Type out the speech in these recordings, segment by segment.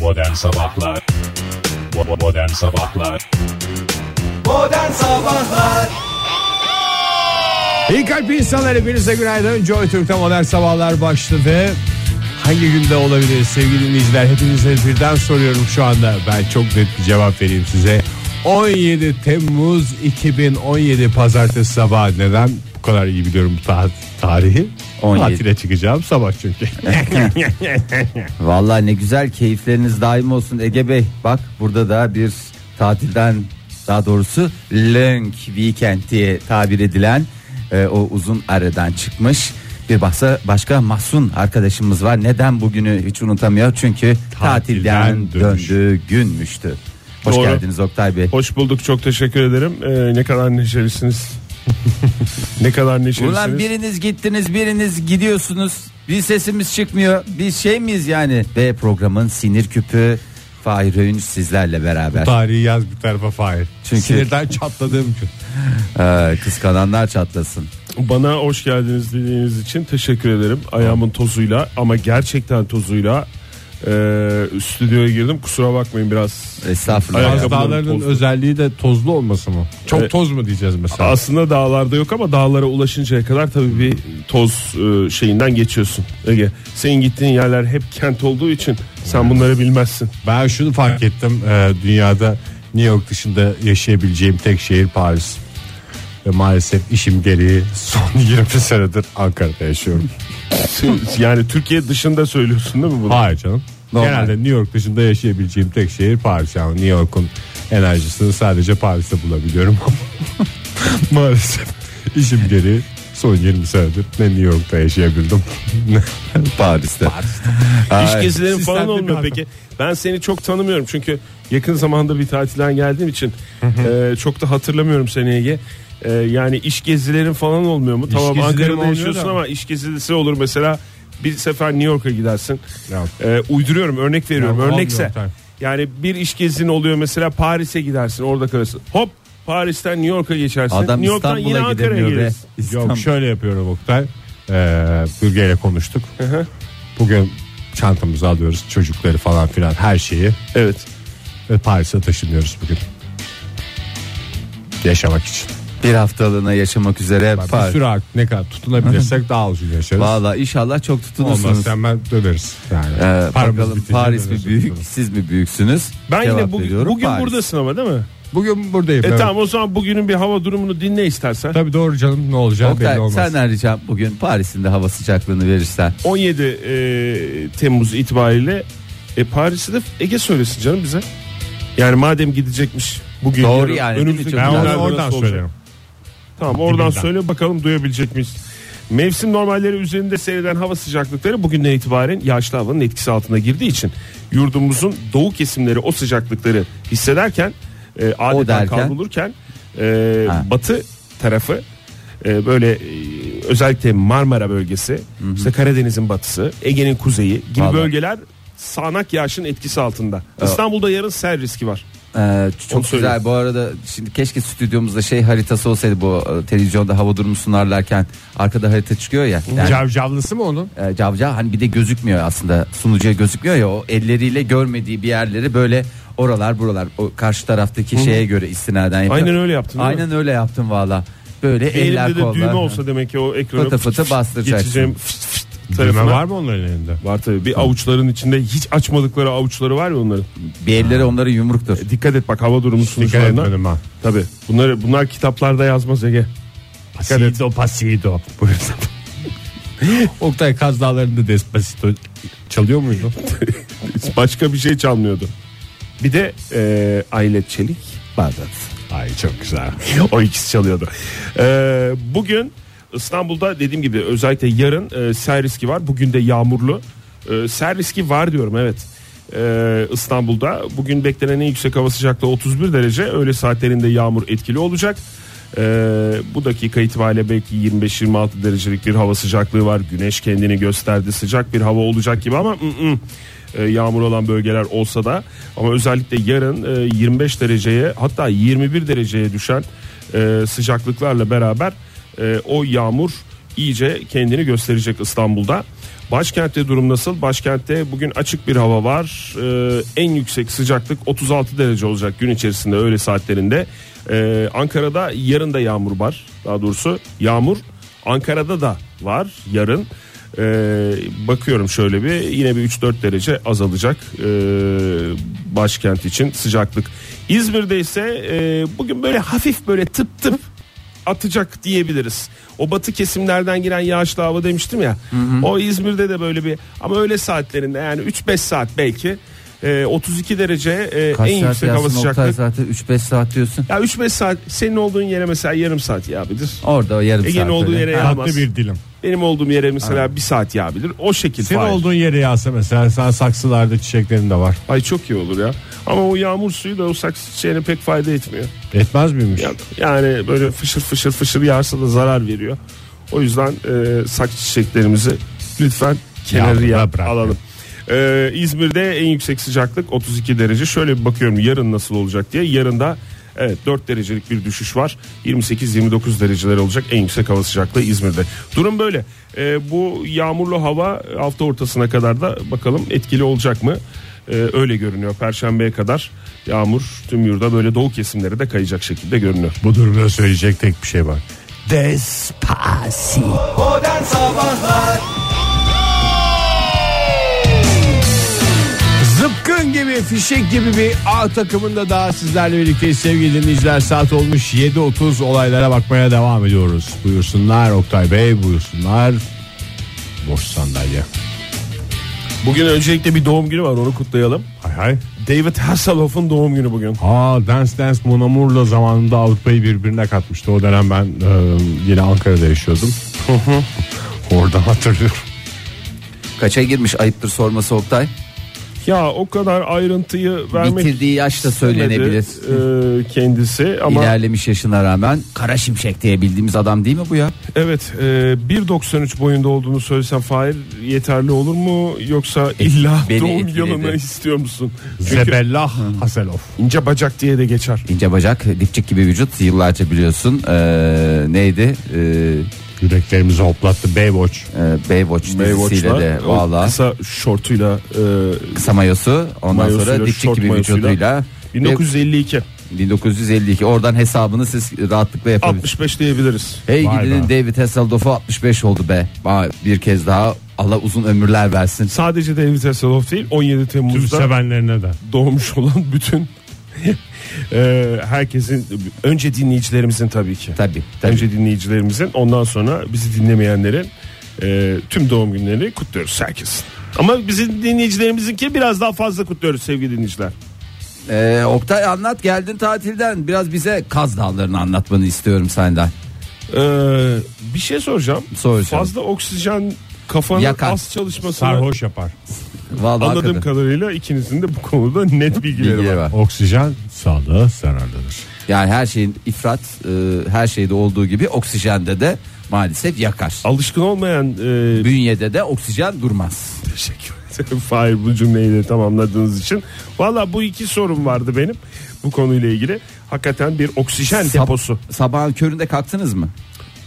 Modern Sabahlar Bo- Modern Sabahlar Modern Sabahlar İyi kalp insanlar hepinize günaydın Joy Türk'te modern sabahlar başladı Hangi günde olabilir sevgili dinleyiciler Hepinize birden soruyorum şu anda Ben çok net bir cevap vereyim size 17 Temmuz 2017 Pazartesi sabahı Neden bu kadar iyi biliyorum bu ta- tarihi 17. Tatile çıkacağım sabah çünkü Vallahi ne güzel keyifleriniz daim olsun Ege Bey. Bak burada da bir tatilden daha doğrusu long weekend diye tabir edilen e, o uzun aradan çıkmış bir baksa başka mahsun arkadaşımız var. Neden bugünü hiç unutamıyor? Çünkü tatilden, Tatilden dönüş. döndüğü günmüştü. Hoş Doğru. geldiniz Oktay Bey. Hoş bulduk çok teşekkür ederim. Ee, ne kadar neşelisiniz. ne kadar neşelisiniz. Ulan biriniz gittiniz biriniz gidiyorsunuz. Bir sesimiz çıkmıyor. Biz şey miyiz yani? Ve programın sinir küpü Fahir Öğünç sizlerle beraber. Tarihi yaz bir tarafa Fahir Çünkü- Sinirden çatladığım gün Ee, kıskananlar çatlasın. Bana hoş geldiniz dediğiniz için teşekkür ederim. Ayağımın tozuyla ama gerçekten tozuyla e, stüdyoya girdim. Kusura bakmayın biraz. Estağfurullah. Ayakkabı- Yaz Ayakkabıların dağlarının tozlu. özelliği de tozlu olması mı? Çok Evet. toz mu diyeceğiz mesela? Aslında dağlarda yok ama dağlara ulaşıncaya kadar tabii bir toz e, şeyinden geçiyorsun. Ege senin gittiğin yerler hep kent olduğu için sen bunları bilmezsin. Ben şunu fark ettim e, dünyada New York dışında yaşayabileceğim tek şehir Paris. Ve maalesef işim gereği son 20 senedir Ankara'da yaşıyorum. yani Türkiye dışında söylüyorsun değil mi bunu? Hayır canım. Normal. Genelde New York dışında yaşayabileceğim tek şehir Paris. Yani New York'un enerjisini sadece Paris'te bulabiliyorum. maalesef işim gereği son 20 senedir ne New York'ta yaşayabildim. Paris'te. İş gezilerin Sistemli falan bir olmuyor adam. peki. Ben seni çok tanımıyorum çünkü yakın zamanda bir tatilden geldiğim için e, çok da hatırlamıyorum seni Ege. E, yani iş gezilerin falan olmuyor mu? tamam gezilerim Ankara'da olmuyor yaşıyorsun da. ama iş gezisi olur mesela. Bir sefer New York'a gidersin. Ya. E, uyduruyorum örnek veriyorum. Ya, Örnekse olmuyor, tamam. yani bir iş gezin oluyor mesela Paris'e gidersin orada kalırsın. Hop Paris'ten New York'a geçersin. Adam New York'tan yine İstanbul'a Ankara'ya gidemiyor be. gelirsin. İstanbul. Yok şöyle yapıyorum Oktay. Ee, Bürge ile konuştuk. Bugün çantamızı alıyoruz çocukları falan filan her şeyi. Evet. ve Paris'e taşınıyoruz bugün. Yaşamak için. Bir haftalığına yaşamak üzere Bak, Bir Paris. süre artık ne kadar tutunabilirsek daha uzun yaşarız. Valla inşallah çok tutunursunuz. Olmaz hemen döveriz. Yani. Ee, Paramız bakalım bitince Paris mi döveriz. büyük siz mi büyüksünüz? Ben Cevap yine bugün, veriyorum, bugün Paris. buradasın ama değil mi? Bugün buradayım. E evet. tamam o zaman bugünün bir hava durumunu dinle istersen. Tabii doğru canım ne olacağı belli Oktay olmaz. senden ricam bugün Paris'in de hava sıcaklığını verirsen. 17 e, Temmuz itibariyle e, Paris'i de Ege söylesin canım bize. Yani madem gidecekmiş bugün Doğru yani, değil mi? önümüzdeki Çok Ben güzel. günlerde onu Nerede oradan nasıl olacak? söylerim. Tamam oradan Dibinden. söyle bakalım duyabilecek miyiz? Mevsim normalleri üzerinde seyreden hava sıcaklıkları bugünden itibaren yağışlı havanın etkisi altına girdiği için yurdumuzun doğu kesimleri o sıcaklıkları hissederken e, adeta derken? kavrulurken e, Ha. batı tarafı e, böyle e, özellikle Marmara bölgesi işte Karadeniz'in batısı Ege'nin kuzeyi gibi Vallahi. bölgeler sağanak yağışın etkisi altında. İstanbul'da yarın sel riski var. Ee, Onu çok söyleyeyim. güzel bu arada şimdi keşke stüdyomuzda şey haritası olsaydı bu e, televizyonda hava durumu sunarlarken arkada harita çıkıyor ya. Yani Cavcavlısı mı onun? e, cavcav hani bir de gözükmüyor aslında sunucuya gözükmüyor ya o elleriyle görmediği bir yerleri böyle oralar buralar o karşı taraftaki şeye göre istinaden yapıyor. Aynen öyle yaptın, değil Aynen öyle yaptım valla. Böyle eller Elimde de kollar. düğme olsa demek ki o ekranı Fıtı fıtı bastıracaksın. geçeceğim fıt fıt Düğme tarafına. var mı onların elinde? Var tabii. Bir avuçların içinde hiç açmadıkları avuçları var ya onların. Bir elleri onların yumruktur. E, dikkat et bak hava durumu Dikkat sunucularına. etmedim ha. Tabii. Bunları bunlar kitaplarda yazmaz Ege. Pasido pasido. Buyurun. Oktay Kaz Dağları'nda Despacito çalıyor muydu? Başka bir şey çalmıyordu. Bir de e, Aylet Çelik Bağdat. Ay çok güzel. o ikisi çalıyordu. E, bugün İstanbul'da dediğim gibi özellikle yarın e, sel riski var. Bugün de yağmurlu. E, sel riski var diyorum evet. E, İstanbul'da bugün beklenen en yüksek hava sıcaklığı 31 derece. Öğle saatlerinde yağmur etkili olacak. E, bu dakika itibariyle belki 25-26 derecelik bir hava sıcaklığı var. Güneş kendini gösterdi. Sıcak bir hava olacak gibi ama ı-ı. E, yağmur olan bölgeler olsa da ama özellikle yarın e, 25 dereceye hatta 21 dereceye düşen e, sıcaklıklarla beraber e, o yağmur iyice kendini gösterecek İstanbul'da. Başkentte durum nasıl? Başkentte bugün açık bir hava var. Ee, en yüksek sıcaklık 36 derece olacak gün içerisinde öğle saatlerinde. Ee, Ankara'da yarın da yağmur var. Daha doğrusu yağmur Ankara'da da var yarın. Ee, bakıyorum şöyle bir yine bir 3-4 derece azalacak ee, başkent için sıcaklık. İzmir'de ise e, bugün böyle hafif böyle tıp tıp atacak diyebiliriz. O batı kesimlerden giren yağışlı hava demiştim ya. O İzmir'de de böyle bir ama öğle saatlerinde yani 3-5 saat belki e, 32 derece e, Kaç en saat yüksek hava yazsın Oktay sıcaklığı. zaten 3-5 saat diyorsun. Ya 3-5 saat senin olduğun yere mesela yarım saat yağabilir. Orada o yarım Ege'nin saat. olduğu öyle. yere Tatlı yağmaz. bir dilim. Benim olduğum yere mesela bir saat yağabilir. O şekil. Senin Fahir. olduğun yere yağsa mesela sen saksılarda çiçeklerin de var. Ay çok iyi olur ya. Ama o yağmur suyu da o saksı çiçeğine pek fayda etmiyor. Etmez miymiş? Ya- Yani böyle fışır fışır fışır yağarsa da zarar veriyor. O yüzden e, saksı çiçeklerimizi lütfen kenarıya Yağmura bırakın. alalım. E, İzmir'de en yüksek sıcaklık 32 derece. Şöyle bir bakıyorum yarın nasıl olacak diye. Yarın da evet 4 derecelik bir düşüş var. 28-29 dereceler olacak en yüksek hava sıcaklığı İzmir'de. Durum böyle. E, bu yağmurlu hava hafta ortasına kadar da bakalım etkili olacak mı? E, öyle görünüyor. Perşembeye kadar yağmur tüm yurda böyle doğu kesimlere de kayacak şekilde görünüyor. Bu durumda söyleyecek tek bir şey var. Modern Sabahlar Zıpkın gibi fişek gibi bir A takımında daha sizlerle birlikteyiz sevgili dinleyiciler. Saat olmuş 7.30 olaylara bakmaya devam ediyoruz. Buyursunlar Oktay Bey buyursunlar. Boş sandalye. Bugün öncelikle bir doğum günü var onu kutlayalım. Hay hay. David Hasselhoff'un doğum günü bugün. Aa Dance Dance Mon Amour'la zamanında Avrupa'yı birbirine katmıştı. O dönem ben e, yine Ankara'da yaşıyordum. Orada hatırlıyorum. Kaça girmiş ayıptır sorması Oktay. Ya o kadar ayrıntıyı vermek Bitirdiği yaşta istemedi, söylenebilir. e, kendisi ama İlerlemiş yaşına rağmen Kara Şimşek diye bildiğimiz adam değil mi bu ya? evet e, 1.93 boyunda olduğunu söylesem Fahir yeterli olur mu yoksa illa E, beni doğum etkiledi. yılını istiyor musun? Çünkü Zebellah Haselov. ince bacak diye de geçer. İnce bacak, dipçik gibi vücut yıllarca biliyorsun. Ee, neydi? Ee, Yüreklerimizi hoplattı Baywatch. e, Baywatch dizisiyle Baywatch'la de o valla kısa, kısa şortuyla e, mayosu ondan Mayosuyla, sonra dipçik şort gibi mayosuyla. vücuduyla ve 1952 1952 oradan hesabını siz rahatlıkla yapabilirsiniz. 65 diyebiliriz. Hey Vay gidin be. David Hasselhoff'a 65 oldu be. Vay, Bir kez daha Allah uzun ömürler versin. Sadece David Hasselhoff değil 17 Tüm Temmuz'da sevenlerine de. doğmuş olan bütün e, herkesin önce dinleyicilerimizin tabii ki. Tabii tabii. Önce dinleyicilerimizin ondan sonra bizi dinlemeyenlerin e, tüm doğum günlerini kutluyoruz herkesin. Ama bizim dinleyicilerimizinki biraz daha fazla kutluyoruz sevgili dinleyiciler. Ee, Oktay anlat geldin tatilden biraz bize Kaz Dağları'nı anlatmanı istiyorum senden. E, bir şey soracağım. Sor canım. Fazla oksijen kafanın Yakar. az çalışmasını Sarhoş yapar. Vallahi anladığım hakikaten. kadarıyla ikinizin de bu konuda net bilgileri, Bilgileri var. var. Oksijen sağlığa zararlıdır. Yani her şeyin ifrat e, her şeyde olduğu gibi oksijende de maalesef yakar. Alışkın olmayan e, Bünyede de oksijen durmaz. Teşekkür ederim. Fahir bu cümleyi de tamamladığınız için. Valla bu iki sorum vardı benim bu konuyla ilgili. Hakikaten bir oksijen Sab- deposu. Sabahın köründe kalktınız mı?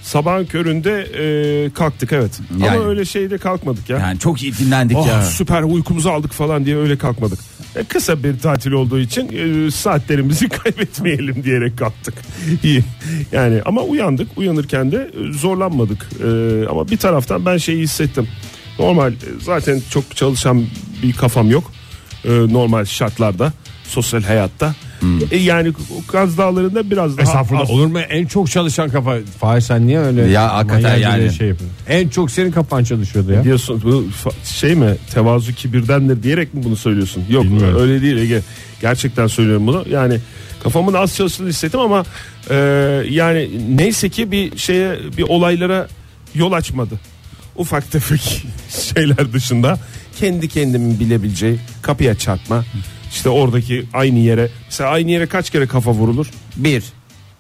Sabahın köründe e, kalktık evet. Yani. Ama öyle şeyde kalkmadık ya. Yani çok iyi dinlendik Oh, ya. süper uykumuzu aldık falan diye öyle kalkmadık. E, kısa bir tatil olduğu için e, saatlerimizi kaybetmeyelim diyerek kalktık. İyi. Yani ama uyandık. Uyanırken de e, zorlanmadık. E, ama bir taraftan ben şeyi hissettim. Normal e, zaten çok çalışan bir kafam yok. E, normal şartlarda, sosyal hayatta. Hmm. E, yani o Kaz Dağları'nda biraz daha Estağfurullah az- olur mu? En çok çalışan kafa. Fahir sen niye öyle? Ya hakikaten manyak gibi yani. Şey yapıyorsun? en çok senin kafan çalışıyordu ya. diyorsun bu fa- şey mi tevazu kibirdendir diyerek mi bunu söylüyorsun? Yok Bilmiyorum. öyle değil Ege. Gerçekten söylüyorum bunu. Yani kafamın az çalıştığını hissettim ama e, yani neyse ki bir şeye bir olaylara yol açmadı. Ufak tefek şeyler dışında kendi kendimin bilebileceği kapıya çarpma. işte oradaki aynı yere mesela aynı yere kaç kere kafa vurulur? Bir.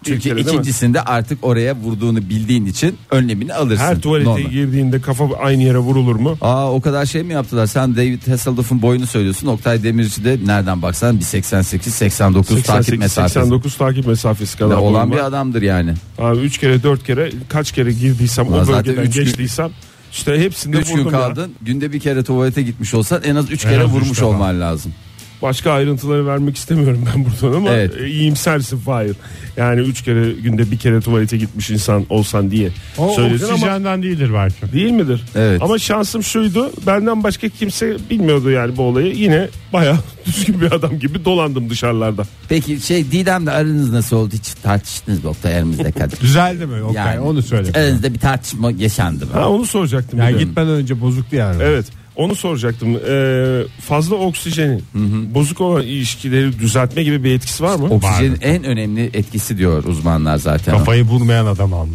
Çünkü kere değil mi? ikincisinde artık oraya vurduğunu bildiğin için önlemini alırsın. Her tuvalete Normal. girdiğinde kafa aynı yere vurulur mu? Aa o kadar şey mi yaptılar? Sen David Hasselhoff'un boyunu söylüyorsun. Oktay Demirci de nereden baksan bir 88 89 takip 88, mesafesi 89 takip mesafesi kadar olan boyum bir var. adamdır yani. Abi 3 kere 4 kere kaç kere girdiysem Ulan o zaten bölgeden üç gün- geçtiysem İşte hepsinde 3 gün vurdum ya. kaldın. Günde bir kere tuvalete gitmiş olsan en az 3 kere az üç vurmuş defa. olman lazım. Başka ayrıntıları vermek istemiyorum ben buradan ama Evet. e, iyimsersin Fahir. Yani üç kere günde bir kere tuvalete gitmiş insan olsan diye O söylesin ama oksijenden değildir belki. değil midir? Evet. Ama şansım şuydu benden başka kimse bilmiyordu yani bu olayı. Yine baya düzgün bir adam gibi dolandım dışarılarda. Peki şey Didem'le aranız nasıl oldu? Hiç tartıştınız mı Oktay aranızda kadar? Düzeldi mi? Okay, onu söyle. Aranızda bir tartışma yaşandı mı? Ha onu soracaktım. bir Yani de. gitmeden önce bozuktu yani. Evet onu soracaktım. Ee, fazla oksijenin bozuk olan ilişkileri düzeltme gibi bir etkisi var mı? Oksijenin en önemli etkisi diyor uzmanlar zaten. Kafayı bulmayan adam aldı.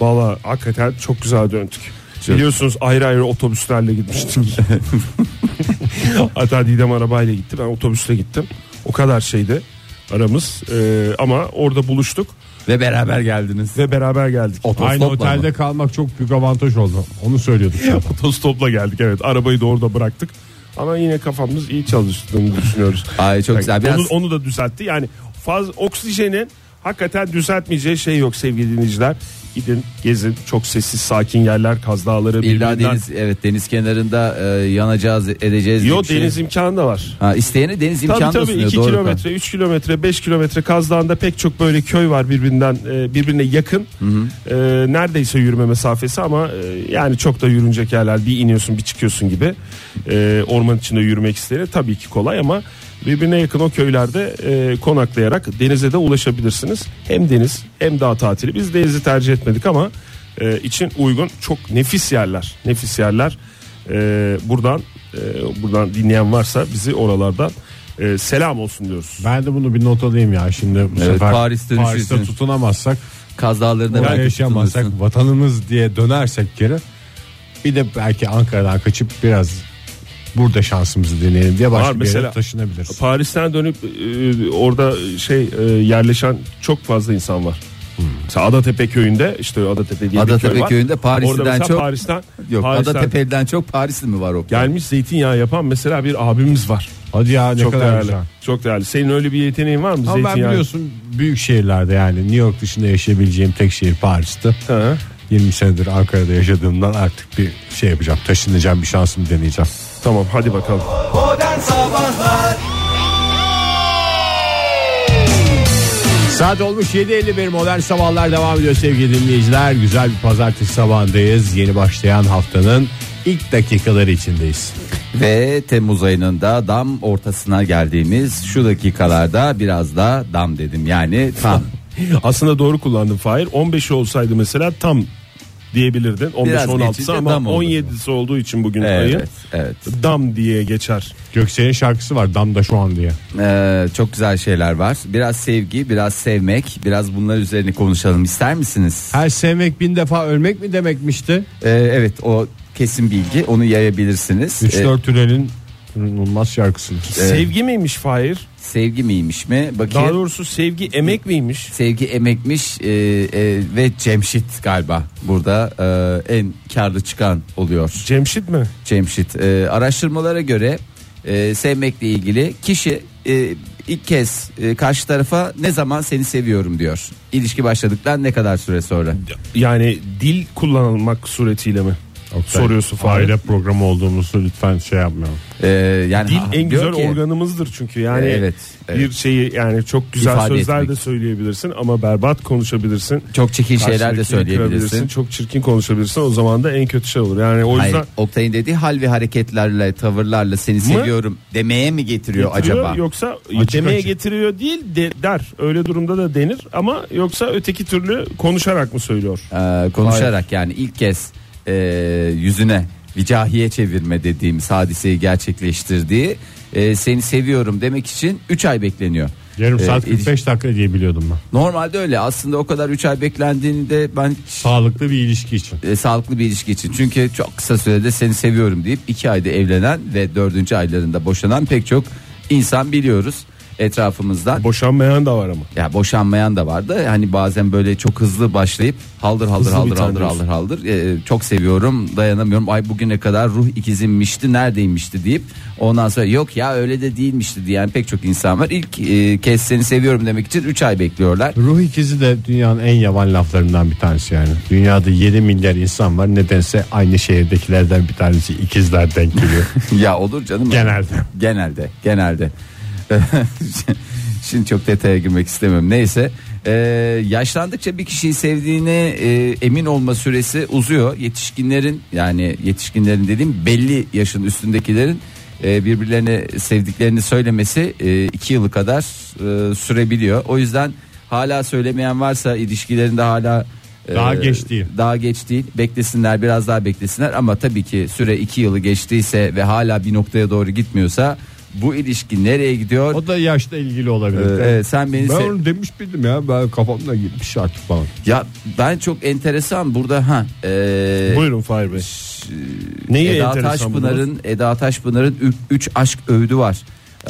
Valla hakikaten çok güzel döndük. Çok. Biliyorsunuz ayrı ayrı otobüslerle gitmiştim. Hatta Didem arabayla gitti ben otobüsle gittim. O kadar şeydi aramız Ee, ama orada buluştuk Ve beraber geldiniz. ve beraber geldik. Otostopla Aynı mı? otelde kalmak çok büyük avantaj oldu. Onu söylüyorduk. zaten. Otostopla geldik evet arabayı da orada bıraktık. Ama yine kafamız iyi çalıştığını düşünüyoruz. Ay çok güzel. Biraz Onu, onu da düzeltti. Yani faz oksijenin hakikaten düzeltmeyeceği şey yok sevgili dinleyiciler. Gidin gezin çok sessiz sakin yerler Kaz Dağları. illa birbirinden- deniz evet deniz kenarında e, yanacağız edeceğiz. diye Yo bir şey. deniz imkanı da var. Ha, isteyene deniz Tabii imkanı da tabii sunuyor. 2 doğru. kilometre, 3 kilometre, 5 kilometre Kaz Dağı'nda pek çok böyle köy var birbirinden e, birbirine yakın. E, neredeyse yürüme mesafesi ama e, yani çok da yürünecek yerler. Bir iniyorsun, bir çıkıyorsun gibi. E, orman içinde yürümek isteyene tabii ki kolay ama birbirine yakın o köylerde e, konaklayarak denize de ulaşabilirsiniz. Hem deniz hem dağ tatili. Biz denizi tercih etmedik ama e, için uygun çok nefis yerler. Nefis yerler. E, buradan e, buradan dinleyen varsa bizi oralardan e, selam olsun diyoruz. Ben de bunu bir not alayım ya. Şimdi bu Evet, sefer Paris dönüşü Paris'te için. tutunamazsak, Kaz dağlarında orada belki yaşayamazsak, tutunursun. vatanımız diye dönersek geri bir de belki Ankara'dan kaçıp biraz burada şansımızı deneyelim diye başka Var bir mesela- yere taşınabiliriz. Paris'ten dönüp e, orada şey e, yerleşen çok fazla insan var. Mesela Adatepe köyünde işte Adatepe diye bir Hmm. Adatepe köy var. köyünde Orada Paris'ten mesela çok- Paris'ten, Yok Paris'ten Adatepe'den çok Parisli mi var o? gelmiş zeytinyağı yapan mesela bir abimiz var. Hadi ya ne çok kadar değerli. güzel. Çok değerli. Senin öyle bir yeteneğin var mı Ama ben zeytinyağı? biliyorsun büyük şehirlerde yani New York dışında yaşayabileceğim tek şehir Paris'ti. Hı. 20 senedir Ankara'da yaşadığımdan artık bir şey yapacağım. Taşınacağım bir şansımı deneyeceğim. Tamam hadi bakalım. Modern Sabahlar Saat olmuş 7.51 modern sabahlar devam ediyor sevgili dinleyiciler. Güzel bir pazartesi sabahındayız. Yeni başlayan haftanın ilk dakikaları içindeyiz. Ve Temmuz ayının da dam ortasına geldiğimiz şu dakikalarda biraz da dam dedim yani tam. Aslında doğru kullandın Fahir. 15'i olsaydı mesela tam diyebilirdin. 15 Biraz 16'sı geçince ama dam oldu. 17'si olduğu için bugün ayı evet evet. dam diye geçer. Göksel'in şarkısı var Damda şu an diye. Ee, çok güzel şeyler var. Biraz sevgi, biraz sevmek, biraz bunlar üzerine konuşalım ister misiniz? Her sevmek bin defa ölmek mi demekmişti? Ee, evet o kesin bilgi onu yayabilirsiniz. Ee, 3-4 Tünel'in unutulmaz şarkısıdır. Sevgi miymiş Fahir? Ee, sevgi miymiş mi? Bakayım. Daha doğrusu sevgi emek miymiş? Sevgi emekmiş ee, e, ve Cemşit galiba burada ee, en karlı çıkan oluyor. Cemşit mi? Cemşit. Ee, araştırmalara göre e, sevmekle ilgili kişi e, ilk kez e, karşı tarafa ne zaman seni seviyorum diyor. İlişki başladıktan ne kadar süre sonra? Yani dil kullanılmak suretiyle mi? Soruyorsun Fahir. Aile programı olduğumuzu lütfen şey yapmayalım. Ee, yani Dil ha- en güzel diyor ki- organımızdır çünkü yani Evet, evet. bir şeyi yani çok güzel İfade sözler etmek. de söyleyebilirsin ama berbat konuşabilirsin. Çok çirkin şeyler de Karşıdakini kırabilirsin, söyleyebilirsin. Çok çirkin konuşabilirsin o zaman da en kötü şey olur. Yani o Hayır, yüzden Oktay'ın dediği hal ve hareketlerle, tavırlarla seni seviyorum demeye mi getiriyor, getiriyor, acaba? Yoksa Açık demeye açık. getiriyor değil de, der. Öyle durumda da denir ama yoksa öteki türlü konuşarak mı söylüyor? Ee, konuşarak yani ilk kez e, yüzüne vicahiye çevirme dediğimiz hadiseyi gerçekleştirdiği e, seni seviyorum demek için 3 ay bekleniyor. Yarım Ee, saat iliş- 45 dakika diye biliyordum ben. Normalde öyle aslında o kadar 3 ay beklendiğini de ben Sağlıklı bir ilişki için. e, sağlıklı bir ilişki için. Çünkü çok kısa sürede seni seviyorum deyip 2 ayda evlenen ve 4. aylarında boşanan pek çok insan biliyoruz. etrafımızdan. Boşanmayan da var ama. Ya boşanmayan da vardı. Hani bazen böyle çok hızlı başlayıp haldır haldır Hızlı haldır biten haldır diyorsun. haldır haldır. Ee, çok seviyorum, dayanamıyorum. Ay bugüne kadar ruh ikizimmişti, neredeymişti deyip ondan sonra yok ya öyle de değilmişti diyen pek çok insan var. İlk e, kez seni seviyorum demek için 3 ay bekliyorlar. Ruh ikizi de dünyanın en yavan laflarından bir tanesi yani. Dünyada 7 milyar insan var. Nedense aynı şehirdekilerden bir tanesi ikizler denk geliyor. ya olur canım. Genelde. Genelde, genelde. Şimdi çok detaya girmek istemiyorum. Neyse, Ee, yaşlandıkça bir kişiyi sevdiğine e, emin olma süresi uzuyor. Yetişkinlerin yani yetişkinlerin dediğim belli yaşın üstündekilerin e, birbirlerine sevdiklerini söylemesi e, iki yılı kadar e, sürebiliyor. O yüzden hala söylemeyen varsa ilişkilerinde hala e, Daha geç değil. daha geç değil. Beklesinler biraz daha beklesinler ama tabii ki süre 2 yılı geçtiyse ve hala bir noktaya doğru gitmiyorsa bu ilişki nereye gidiyor? O da yaşla ilgili olabilir. Ee, evet, sen beni ben se- onu demiş miydim ya ben kafamda gitmiş artık falan. Ya ben çok enteresan burada ha. ee, Buyurun Fahir Bey. Neyi Eda enteresan buldunuz? Taşpınar'ın Eda Taşpınar'ın 3 aşk övdü var.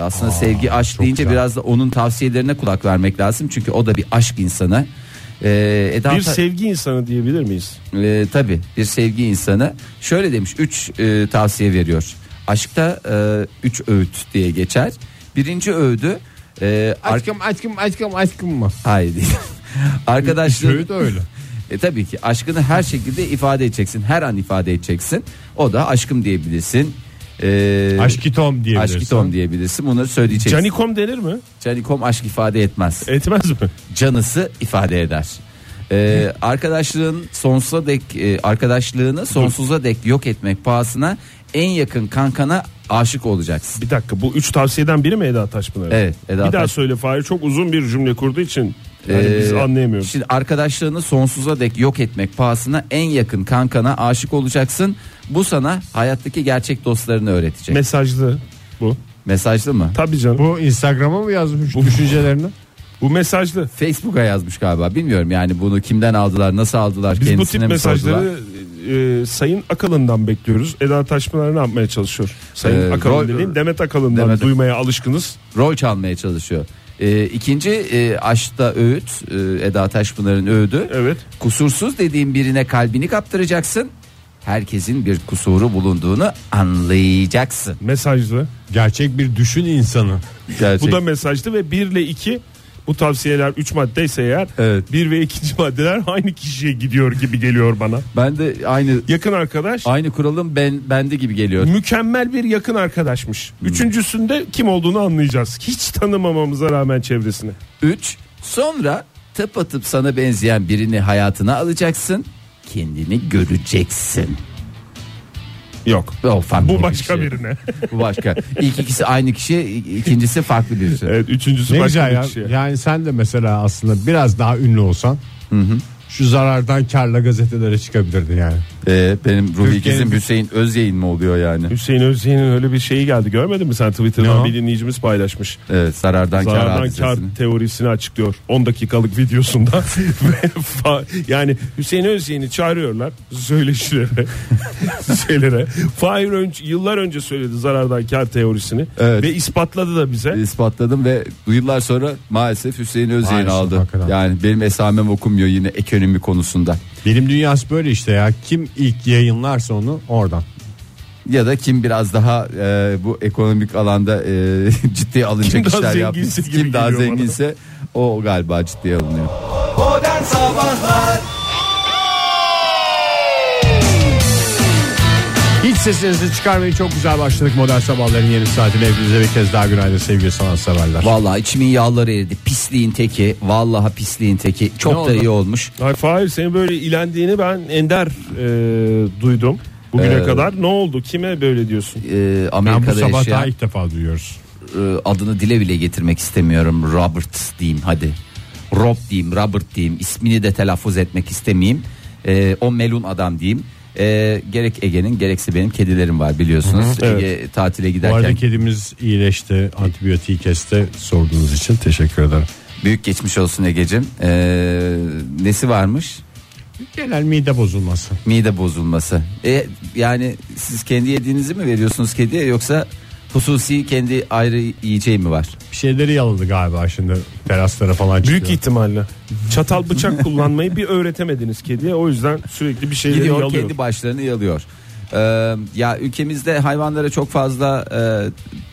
Aslında sevgi aşk deyince güzel. biraz da onun tavsiyelerine kulak vermek lazım çünkü o da bir aşk insanı. Ee, Eda Bir Ta- sevgi insanı diyebilir miyiz? Ee, tabii bir sevgi insanı şöyle demiş 3 tavsiye veriyor. Aşkta 3 öğüt diye geçer. Birinci öğüdü e, ar- Aşkım aşkım aşkım aşkım mı? Hayır değil. Şöyle de Arkadaşlığın öyle. e, tabii ki aşkını her şekilde ifade edeceksin. Her an ifade edeceksin. O da aşkım diyebilirsin. E, Aşkitom diyebilirsin. Aşkitom diyebilirsin. Bunları söyleyeceksin. Canikom denir mi? Canikom aşk ifade etmez Etmez mi? canısı ifade eder. Ee, arkadaşlığın sonsuza dek e, arkadaşlığını sonsuza dek yok etmek pahasına en yakın kankana aşık olacaksın. Bir dakika bu üç tavsiyeden biri mi Eda Taşpınar? Evet, Eda bir daha Taş- söyle Fahir çok uzun bir cümle kurduğu için yani Ee, biz anlayamıyoruz. Şimdi arkadaşlığını sonsuza dek yok etmek pahasına en yakın kankana aşık olacaksın. Bu sana hayattaki gerçek dostlarını öğretecek. Mesajlı bu. Mesajlı mı? Tabii canım. Bu Instagram'a mı yazmış düşüncelerini? Bu mesajlı. Facebook'a yazmış galiba. Bilmiyorum yani bunu kimden aldılar, nasıl aldılar, Biz bu tip kendisine mi sordular? mesajları e, Sayın Akalın'dan bekliyoruz. Eda Taşpınar ne yapmaya çalışıyor? Sayın Ee, Akalın rol- dediğim Demet Akalın'dan Demet- duymaya alışkınız. rol çalmaya çalışıyor. Ee, ikinci e, aşkta öğüt e, Eda Taşpınar'ın öğüdü. Evet. Kusursuz dediğin birine kalbini kaptıracaksın. Herkesin bir kusuru bulunduğunu anlayacaksın. Mesajlı. Gerçek bir düşün insanı. Gerçek. Bu da mesajlı ve 1 ile 2 bu tavsiyeler 3 madde ise eğer Evet. 1 ve 2. maddeler aynı kişiye gidiyor gibi geliyor bana. Ben de aynı Yakın arkadaş aynı kuralım ben bende gibi geliyor. mükemmel bir yakın arkadaşmış. Üçüncüsünde kim olduğunu anlayacağız. Hiç tanımamamıza rağmen çevresini. 3. Sonra tıpatıp sana benzeyen birini hayatına alacaksın. Kendini göreceksin. Yok. O farklı Bu bir şey. başka kişi. birine. Bu başka. İlk ikisi aynı kişi, ikincisi farklı birisi. evet üçüncüsü Ne başka güzel bir ya. kişiye. Yani sen de mesela aslında biraz daha ünlü olsan şu zarardan karla gazetelere çıkabilirdin yani. Ee, benim Ruhi Türkiye'nin- Gez'in Hüseyin Özyeğin mi oluyor yani? Hüseyin Özyeğin'in öyle bir şeyi geldi görmedin mi sen Twitter'dan Ne o? bir dinleyicimiz paylaşmış. Evet, zarardan Ee, kar Zarardan kar hadisesini. teorisini açıklıyor 10 dakikalık videosunda. Ve fa- yani Hüseyin Özyeğin'i çağırıyorlar söyleşilere. şeylere. Fahir önce, yıllar önce söyledi zarardan kar teorisini Evet. ve ispatladı da bize. ispatladım ve yıllar sonra maalesef Hüseyin Özyeğin Maalesef, aldı. hakikaten. Yani benim esamem okumuyor yine ekonomi konusunda. Bilim dünyası böyle işte ya. Kim ilk yayınlarsa onu oradan. Ya da kim biraz daha e, bu ekonomik alanda e, ciddiye alınacak Kim daha işler zenginse yapmış. gibi Kim daha geliyor bana. zenginse o galiba ciddiye alınıyor. Modern Sabahlar Hiç sesinizi çıkarmayın. Çok güzel başladık modern sabahların yeni saatine. Hepinize bir kez daha günaydın sevgili sanatseverler. Vallahi içimin yağları eridi. Pisliğin teki. Vallahi pisliğin teki. Ne Çok oldu? da iyi olmuş. Ay Fahir senin böyle ilendiğini ben ender e, duydum. Bugüne Ee, kadar ne oldu? Kime böyle diyorsun? Ee, Ben bu Amerika'da sabah yaşayan daha ilk defa duyuyoruz. e, adını dile bile getirmek istemiyorum. Robert diyeyim hadi. Rob diyeyim, Robert diyeyim. İsmini de telaffuz etmek istemeyeyim. E, o melun adam diyeyim. E, gerek Ege'nin gerekse benim kedilerim var biliyorsunuz. Ege tatile Bu giderken arada kedimiz iyileşti. Antibiyotiği kesti. Sorduğunuz için teşekkür ederim. büyük geçmiş olsun Ege'cim. E, nesi varmış? Genel mide bozulması. Mide bozulması. E, yani siz kendi yediğinizi mi veriyorsunuz kediye yoksa Hususi kendi ayrı yiyeceği mi var? Bir şeyleri yaladı galiba şimdi teraslara falan çıkıyor. Büyük ihtimalle çatal bıçak kullanmayı bir öğretemediniz kediye. O yüzden sürekli bir şeyleri Gidiyor yalıyor. kendi başlarını yalıyor. Ee, ya ülkemizde hayvanlara çok fazla e,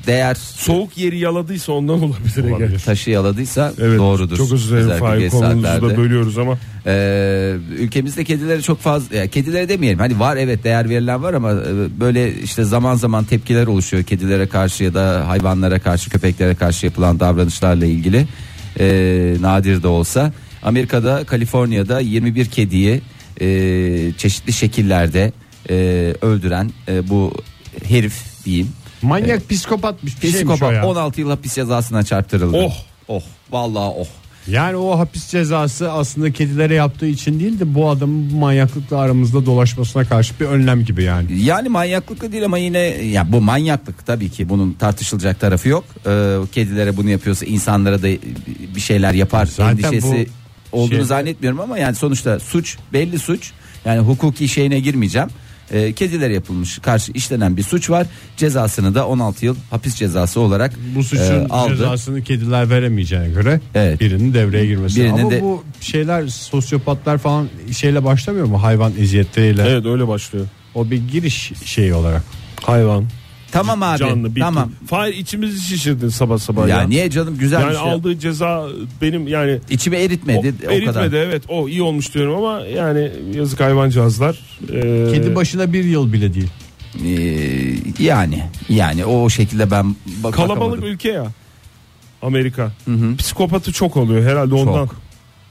değer Soğuk yeri yaladıysa ondan olabilir. Ege. Olabilir. taşı yaladıysa Evet, doğrudur. Çok özür dilerim Özellikle Fahir geç konumuzu da saatlerde. bölüyoruz ama Ee, ülkemizde kedilere çok fazla ya kedilere demeyelim hani var evet değer verilen var ama e, böyle işte zaman zaman tepkiler oluşuyor kedilere karşı ya da hayvanlara karşı köpeklere karşı yapılan davranışlarla ilgili Ee, nadir de olsa Amerika'da Kaliforniya'da 21 kediyi e, çeşitli şekillerde e, öldüren e, bu herif diyeyim Manyak psikopatmış bir şeymiş o psikopat ya. 16 yıl hapis cezasına çarptırıldı. Oh. oh vallahi oh. Yani o hapis cezası aslında kedilere yaptığı için değil de bu adamın bu manyaklıkla aramızda dolaşmasına karşı bir önlem gibi yani. Yani manyaklık da değil ama yine ya bu manyaklık tabii ki bunun tartışılacak tarafı yok. Ee, kedilere bunu yapıyorsa insanlara da bir şeyler yapar Zaten endişesi bu olduğunu şey- zannetmiyorum ama yani sonuçta suç belli suç. Yani hukuki şeyine girmeyeceğim. Ee, kedilere yapılmış karşı işlenen bir suç var. Cezasını da 16 yıl hapis cezası olarak Bu suçun e, aldı. cezasını kediler veremeyeceğine göre Evet. birinin devreye girmesi. Birinin Ama de- bu şeyler sosyopatlar falan şeyle başlamıyor mu hayvan eziyetleriyle? evet öyle başlıyor. O bir giriş şeyi olarak. Hayvan Tamam abi. canlı bitti. tamam. Fahir içimizi şişirdin sabah sabah. Ya Ya, niye canım güzel Yani bir şey. aldığı ceza benim yani İçime o, eritmedi o, kadar. eritmedi evet o iyi olmuş diyorum ama yani yazık hayvancağızlar. Ee, Kedi başına bir yıl bile değil. Ee, yani yani o şekilde ben bak Kalabalık bakamadım. ülke ya. Amerika. Psikopatı çok oluyor herhalde ondan.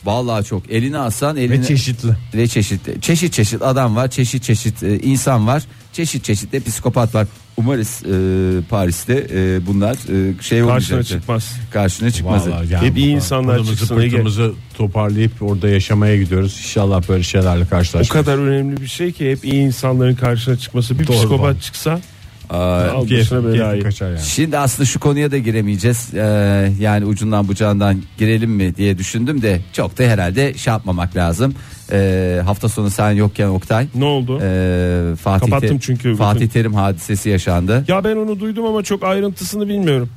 Vallahi çok. Elini asan elini Ve çeşitli. ve çeşit çeşit çeşit adam var, çeşit çeşit e, insan var, çeşit çeşit de psikopat var. Umarız e, Paris'te e, bunlar e, şey Karşına olmayacak. çıkmaz. Karşına çıkmaz. Vallahi yani Hep iyi bu- insanlar pılımızı çıksın Ege. pırtımızı toparlayıp orada yaşamaya gidiyoruz. İnşallah böyle şeylerle O karşılaşmayız. kadar önemli bir şey ki hep iyi insanların karşına çıkması. Bir Doğru psikopat vallahi. çıksa Aa, al Keyif- başına keyfi belayı. kaçar yani. Şimdi aslında şu konuya da giremeyeceğiz. Ee, yani ucundan bucağından girelim mi diye düşündüm de çok da herhalde şey yapmamak lazım. Ee, hafta sonu sen yokken Oktay. Ne oldu? Ee, Fatih Kapattım Terim- çünkü Fatih bütün- Terim hadisesi yaşandı. Ya ben onu duydum ama çok ayrıntısını bilmiyorum.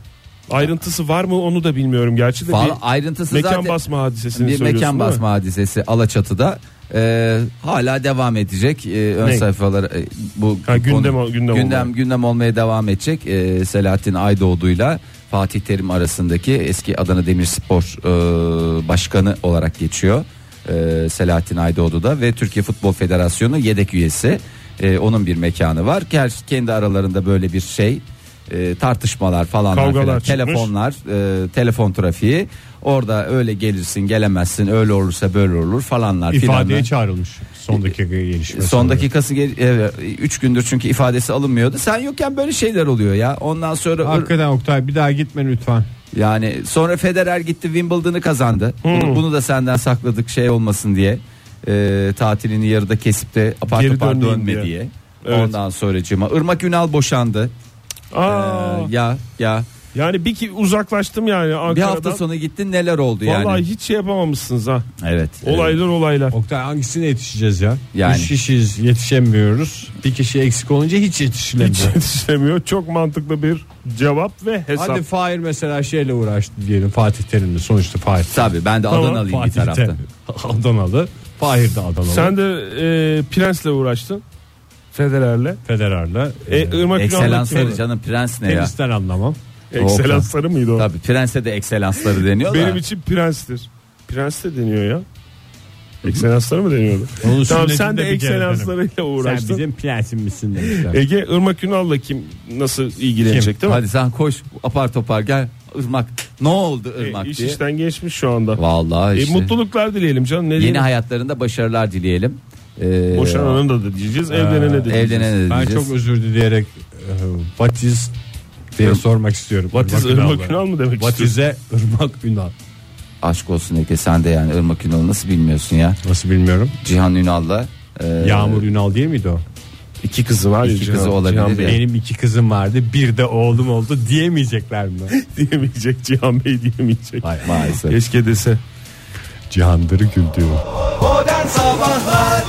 Ayrıntısı var mı onu da bilmiyorum. Gerçi de Fal- bir ayrıntısı mekan zaten basma hadisesini bir söylüyorsun mekan değil mi? basma hadisesi Alaçatı'da Ee, hala devam edecek Ee, ön Ne? sayfalara e, bu Ha, gündem- konu- gündem gündem, olmaya. gündem olmaya devam edecek Ee, Selahattin Aydoğdu'yla Fatih Terim arasındaki eski Adana Demirspor e, başkanı olarak geçiyor Ee, Selahattin Aydoğdu da ve Türkiye Futbol Federasyonu yedek üyesi Ee, onun bir mekanı var Ger kendi aralarında böyle bir şey e, tartışmalar falan Kavgalar filan. çıkmış. telefon telefonlar, e, telefon trafiği. Orada öyle gelirsin, gelemezsin, öyle olursa böyle olur falanlar İfadeye filanlar. E, çağrılmış son dakika gelişmesi. Son dakikası 3 gündür çünkü ifadesi alınmıyordu. Sen yokken böyle şeyler oluyor ya. Ondan sonra Hakikaten Oktay bir daha gitme lütfen. yani sonra Federer gitti Wimbledon'ı kazandı. Bunu, bunu da senden sakladık şey olmasın diye. E, tatilini yarıda kesip de apar Geri topar dönmeyeyim dönme diye. diye. Evet. Ondan sonra cima. Irmak Ünal boşandı. E, Aa, ya ya. yani bir ki uzaklaştım yani Ankara'dan. Bir hafta sonu gittin neler oldu Vallahi yani. hiç şey yapamamışsınız ha. Evet. Olaylar olaylar. Oktay hangisine yetişeceğiz ya? Yani. Üç kişiyiz yetişemiyoruz. Bir kişi eksik olunca hiç Hiç yetişilemiyor. yetişemiyor. Çok mantıklı bir cevap ve hesap. Hadi Fahir mesela şeyle uğraştı diyelim Fatih Terim'le sonuçta Fahir. Tabii ben de Tamam, Adanalıyım bir Fatih tarafta. Terim. Adanalı. Fahir de Adanalı. Sen de e, Prens'le uğraştın. Federer'le. Federer'le. Ee, E, E, Irmak Ekselansları canım prens ne ya? Tenisten anlamam. Ekselansları mıydı o? Tabii prense de ekselansları deniyor da. Benim için prenstir. Prens de deniyor ya. Ekselansları mı deniyordu? Onun tamam sünnetini sen de bir kere denedim. ekselanslarıyla Sen uğraştın. bizim prensim misin demişler. Ege Irmak Ünal'la kim nasıl ilgilenecek değil mi? Hadi sen koş apar topar gel Irmak. Ne oldu E, Irmak iş diye. işten geçmiş şu anda. Vallahi E, işte. mutluluklar dileyelim canım. Ne Yeni diyelim? hayatlarında başarılar dileyelim. Ee, Boşananın da da diyeceğiz, evlenene de diyeceğiz. Evlenene de ben diyeceğiz. çok özür dileyerek e, what is diye sormak istiyorum. What is Ünal'a. Irmak Ünal mı demek What is'e Irmak Ünal. Aşk olsun Ege sen de yani Irmak Ünal'ı nasıl bilmiyorsun ya. Nasıl bilmiyorum. Cihan Ünal'la. e, Ee, Yağmur Ünal değil miydi o? İki kızı var İki kızı olabilir Cihan Bey ya. Benim iki kızım vardı bir de oğlum oldu diyemeyecekler mi? diyemeyecek, Cihan Bey diyemeyecek. Maalesef. Keşke dese. Cihandır'ı güldü. Modern Sabahlar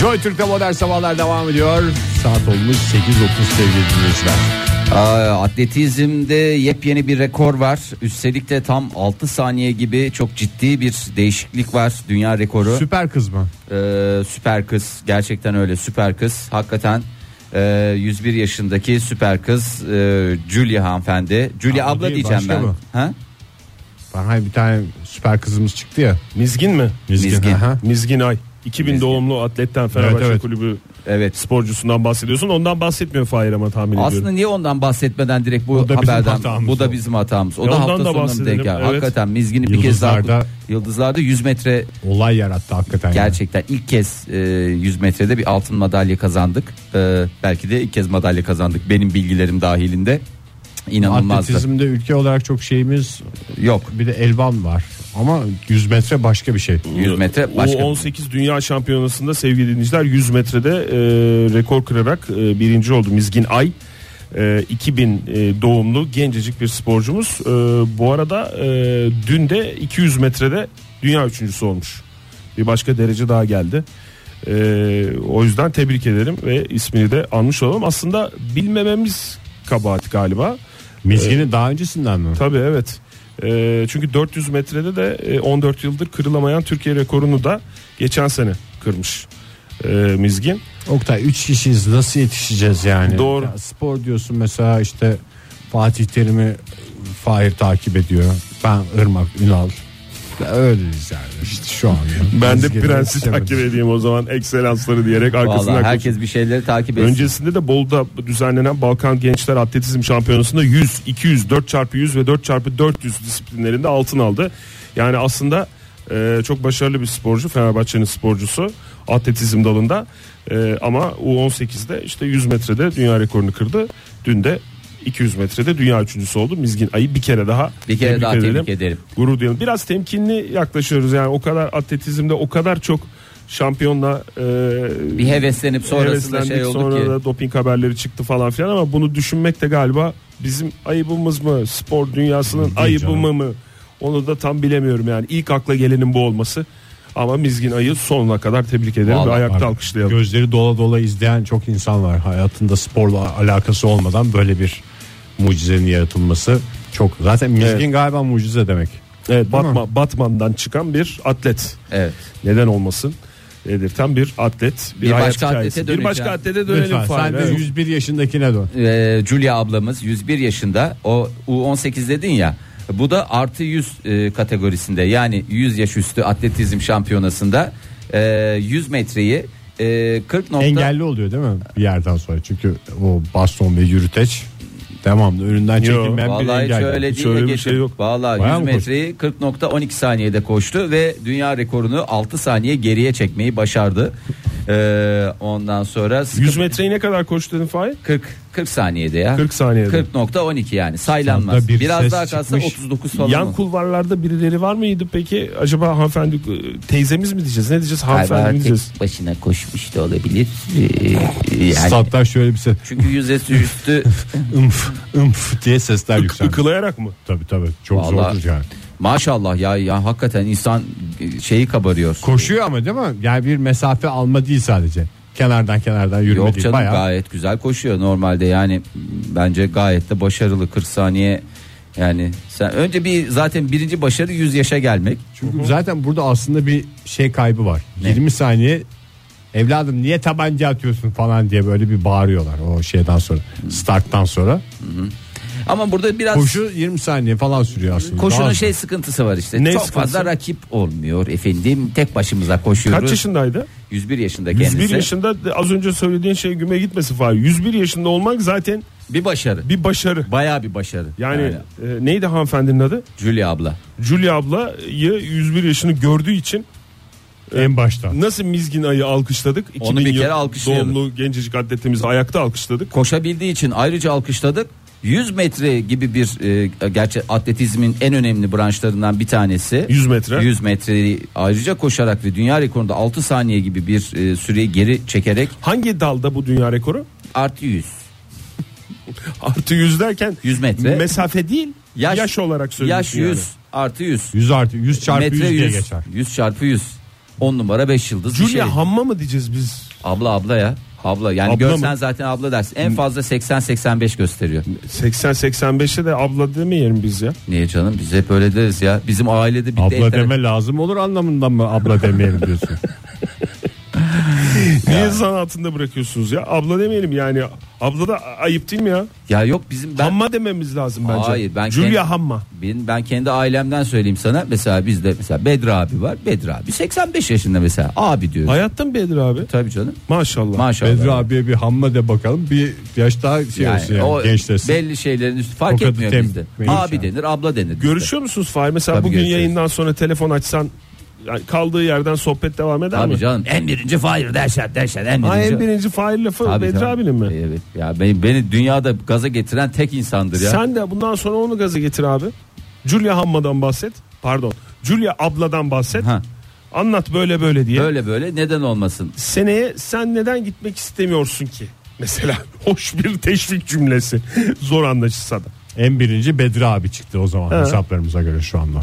Joy Türk'te modern sabahlar devam ediyor. Saat olmuş 8.30 sevgili dinleyiciler. Aa, Atletizmde yepyeni bir rekor var. Üstelik de tam 6 saniye gibi çok ciddi bir değişiklik var. Dünya rekoru. Süper kız mı? Ee, süper kız gerçekten öyle süper kız hakikaten e, 101 yaşındaki süper kız e, Julia hanımefendi Julia Ama abla değil, diyeceğim başka ben bu. ha? Ben hayır, bir tane süper kızımız çıktı ya. Mizgin mi? Mizgin. Aha. Mizgin Ay. 2000 doğumlu atletten Fenerbahçe Evet, evet. kulübü evet sporcusundan bahsediyorsun. Ondan bahsetmiyor Fahir ama tahmin aslında ediyorum. niye ondan bahsetmeden direkt bu O da bizim haberden hatamız bu oldu. da bizim hatamız o Ya da ondan da hafta sonunda bahsedelim, denk geldi evet. hakikaten Mizgin'i bir kez daha Yıldızlarda- yıldızlarda 100 metre Olay yarattı hakikaten. gerçekten ilk kez e, 100 metrede bir altın madalya kazandık E, belki de ilk kez madalya kazandık benim bilgilerim dahilinde Yani. inanılmazdı Atletizmde ülke olarak çok şeyimiz yok bir de elvan var. Ama 100 metre başka bir şey. 100 metre başka şey. O 18 Dünya Şampiyonası'nda sevgili dinleyiciler 100 metrede e, rekor kırarak e, birinci oldu Mizgin Ay. E, 2000 e, doğumlu gencecik bir sporcumuz. E, bu arada e, dün de 200 metrede dünya üçüncüsü olmuş. Bir başka derece daha geldi. E, o yüzden tebrik ederim ve ismini de anmış olalım. Aslında bilmememiz kabahat galiba. Mizgini daha öncesinden mi? Tabii evet. Ee, çünkü 400 metrede de e, 14 yıldır kırılamayan Türkiye rekorunu da geçen sene kırmış e, Mizgin. Oktay 3 kişiyiz nasıl yetişeceğiz yani? Doğru. Ya spor diyorsun mesela işte Fatih Terim'i Fahir takip ediyor. Ben Irmak Ünal. Ya Öyleyiz yani işte şu an. Ben de Biz Prens'i gene takip edeyim o zaman ekselansları diyerek arkasından Vallahi koşuyor. herkes bir şeyleri takip etsin. Öncesinde de Bolu'da düzenlenen Balkan Gençler Atletizm Şampiyonası'nda 100, 200, 4x100 ve 4x400 disiplinlerinde altın aldı. Yani aslında e, çok başarılı bir sporcu Fenerbahçe'nin sporcusu atletizm dalında. E, ama U18'de işte 100 metrede dünya rekorunu kırdı. Dün de 200 metrede dünya üçüncüsü oldu. Mizgin Ay'ı bir kere daha Bir kere daha tebrik ederim. gurur duyalım. Biraz temkinli yaklaşıyoruz yani o kadar atletizmde o kadar çok şampiyonla e, Bir heveslenip sonrasında heveslendik, şey oldu sonra ki. da doping haberleri çıktı falan filan ama bunu düşünmek de galiba bizim ayıbımız mı spor dünyasının Değil ayıbı canım. mı mı onu da tam bilemiyorum yani ilk akla gelenin bu olması ama Mizgin Ay'ı sonuna kadar tebrik ederim ve Vallahi ayakta Bak, alkışlayalım. Gözleri dola dola izleyen çok insan var. Hayatında sporla alakası olmadan böyle bir mucizenin yaratılması çok. Zaten Mizgin Evet. galiba mucize demek. Evet, Değil mi? Batman, Batman'dan çıkan bir atlet. Evet. Neden olmasın? Tam bir atlet. Bir, Bir hayat başka hikayesi. atlete Bir döneceğim. başka atlete dönelim. Lütfen Fahir, sen de evet. 101 yaşındakine dön. Ee, Julia ablamız 101 yaşında. O U18 dedin ya. Bu da artı 100 e, kategorisinde yani 100 yaş üstü atletizm şampiyonasında e, 100 metreyi e, 40 nokta Engelli oluyor değil mi bir yerden sonra? Çünkü o baston ve yürüteç devamlı önünden çekilmeyen bir Vallahi engel. hiç öyle değil. öyle de bir geçtim. şey yok. Vallahi Bayağı 100 mı koştu? metreyi 40.12 saniyede koştu ve dünya rekorunu 6 saniye geriye çekmeyi başardı. Ee, ondan sonra 100 metreyi ne kadar koştu dedin Fahir? 40 40 saniyede ya. 40 saniyede. 40.12 yani saylanmaz. Saatte bir Biraz ses daha kalsa çıkmış. 39 falan. Yan olur. kulvarlarda birileri var mıydı peki? Acaba hanımefendi e, teyzemiz mi diyeceğiz? Ne diyeceğiz? Galiba Hanımefendi mi tek diyeceğiz? başına koşmuş da olabilir. Ee, yani. Statlar şöyle bir ses Çünkü yüzdesi üstü ımf ımf diye sesler yükseldi. Ikılayarak mı? Tabii tabii çok Vallahi- zordur yani. maşallah ya ya hakikaten insan e, şeyi kabarıyor. Koşuyor ama değil mi? Yani bir mesafe alma değil sadece. Kenardan kenardan yürüme Yok değil. canım Bayağı gayet güzel koşuyor normalde yani m, bence gayet de başarılı 40 saniye yani sen önce bir zaten birinci başarı 100 yaşa gelmek. Çünkü zaten burada aslında bir şey kaybı var. Ne? 20 saniye evladım niye tabanca atıyorsun falan diye böyle bir bağırıyorlar o şeyden sonra. Starttan sonra. Ama burada biraz Koşu 20 saniye falan sürüyor aslında. Daha koşunun az. şey sıkıntısı var işte. Ne Çok sıkıntısı? fazla rakip olmuyor efendim. Tek başımıza koşuyoruz. Kaç yaşındaydı? 101 yaşında 101 kendisi. yaşında de- az önce söylediğin şey güme gitmesi Fahir. 101 yaşında olmak zaten Bir başarı. bir başarı. Bayağı bir başarı. Yani, e, neydi hanımefendinin adı? Julia abla. Julia ablayı 101 yaşını gördüğü için en başta. nasıl Mizgin Ay'ı alkışladık? Onu bir 2000 kere yıl alkışlayalım. Doğumlu gencecik atletimizi ayakta alkışladık. Koşabildiği için ayrıca alkışladık. 100 metre gibi bir e, gerçi atletizmin en önemli branşlarından bir tanesi. 100 metre. 100 metreyi ayrıca koşarak ve dünya rekorunda 6 saniye gibi bir e, süreyi geri çekerek Hangi dalda bu dünya rekoru? artı 100. Artı 100 derken 100 metre. mesafe değil yaş, olarak Yaş söylüyorsun 100 yani. artı 100. 100 artı 100 çarpı metre 100 diye 100. geçer. 100 çarpı 100. 10 numara 5 yıldız bir Julia şey. Hamma mı diyeceğiz biz? Abla abla ya. Abla yani Abla görsen mı? zaten abla dersin. En fazla 80-85 gösteriyor. 80-85'te de abla demeyelim biz ya. Niye canım biz hep öyle deriz ya. Bizim ailede bir de Abla internet- deme lazım olur anlamından mı abla demeyelim diyorsun? Niye zan altında bırakıyorsunuz ya? Abla demeyelim yani. Abla da ayıp değil mi ya? Ya yok bizim ben Hamma dememiz lazım bence. Hayır, ben Julia kend- Hamma. Ben, ben kendi ailemden söyleyeyim sana. Mesela bizde mesela Bedri abi var. Bedri abi 85 yaşında mesela abi diyor. Hayatta mı Bedir abi? Tabii canım. Maşallah. Maşallah. Bedri abiye bir hamma de bakalım. Bir yaş daha şey olsun yani, o gençleşsin. belli şeylerin üstü fark O kadar etmiyor tem- bizde. benim Abi şu an. denir, abla denir. bizde. Görüşüyor musunuz Fahir? Mesela Tabii bugün görüşüyoruz. yayından sonra telefon açsan yani kaldığı yerden sohbet devam eder Tabii mi? canım. En birinci Fahir Derşat Derşat en Ha, birinci. en birinci Fahir lafı Tabii Bedir canım. abinin mi? Evet. Ya beni, beni dünyada gaza getiren tek insandır ya. Sen de bundan sonra onu gaza getir abi. Julia Hamma'dan bahset. Pardon. Julia abladan bahset. Ha. Anlat böyle böyle diye. Böyle böyle neden olmasın? Seneye sen neden gitmek istemiyorsun ki? Mesela hoş bir teşvik cümlesi. Zor anlaşılsa da. En birinci Bedri abi çıktı o zaman hesaplarımıza göre şu anda.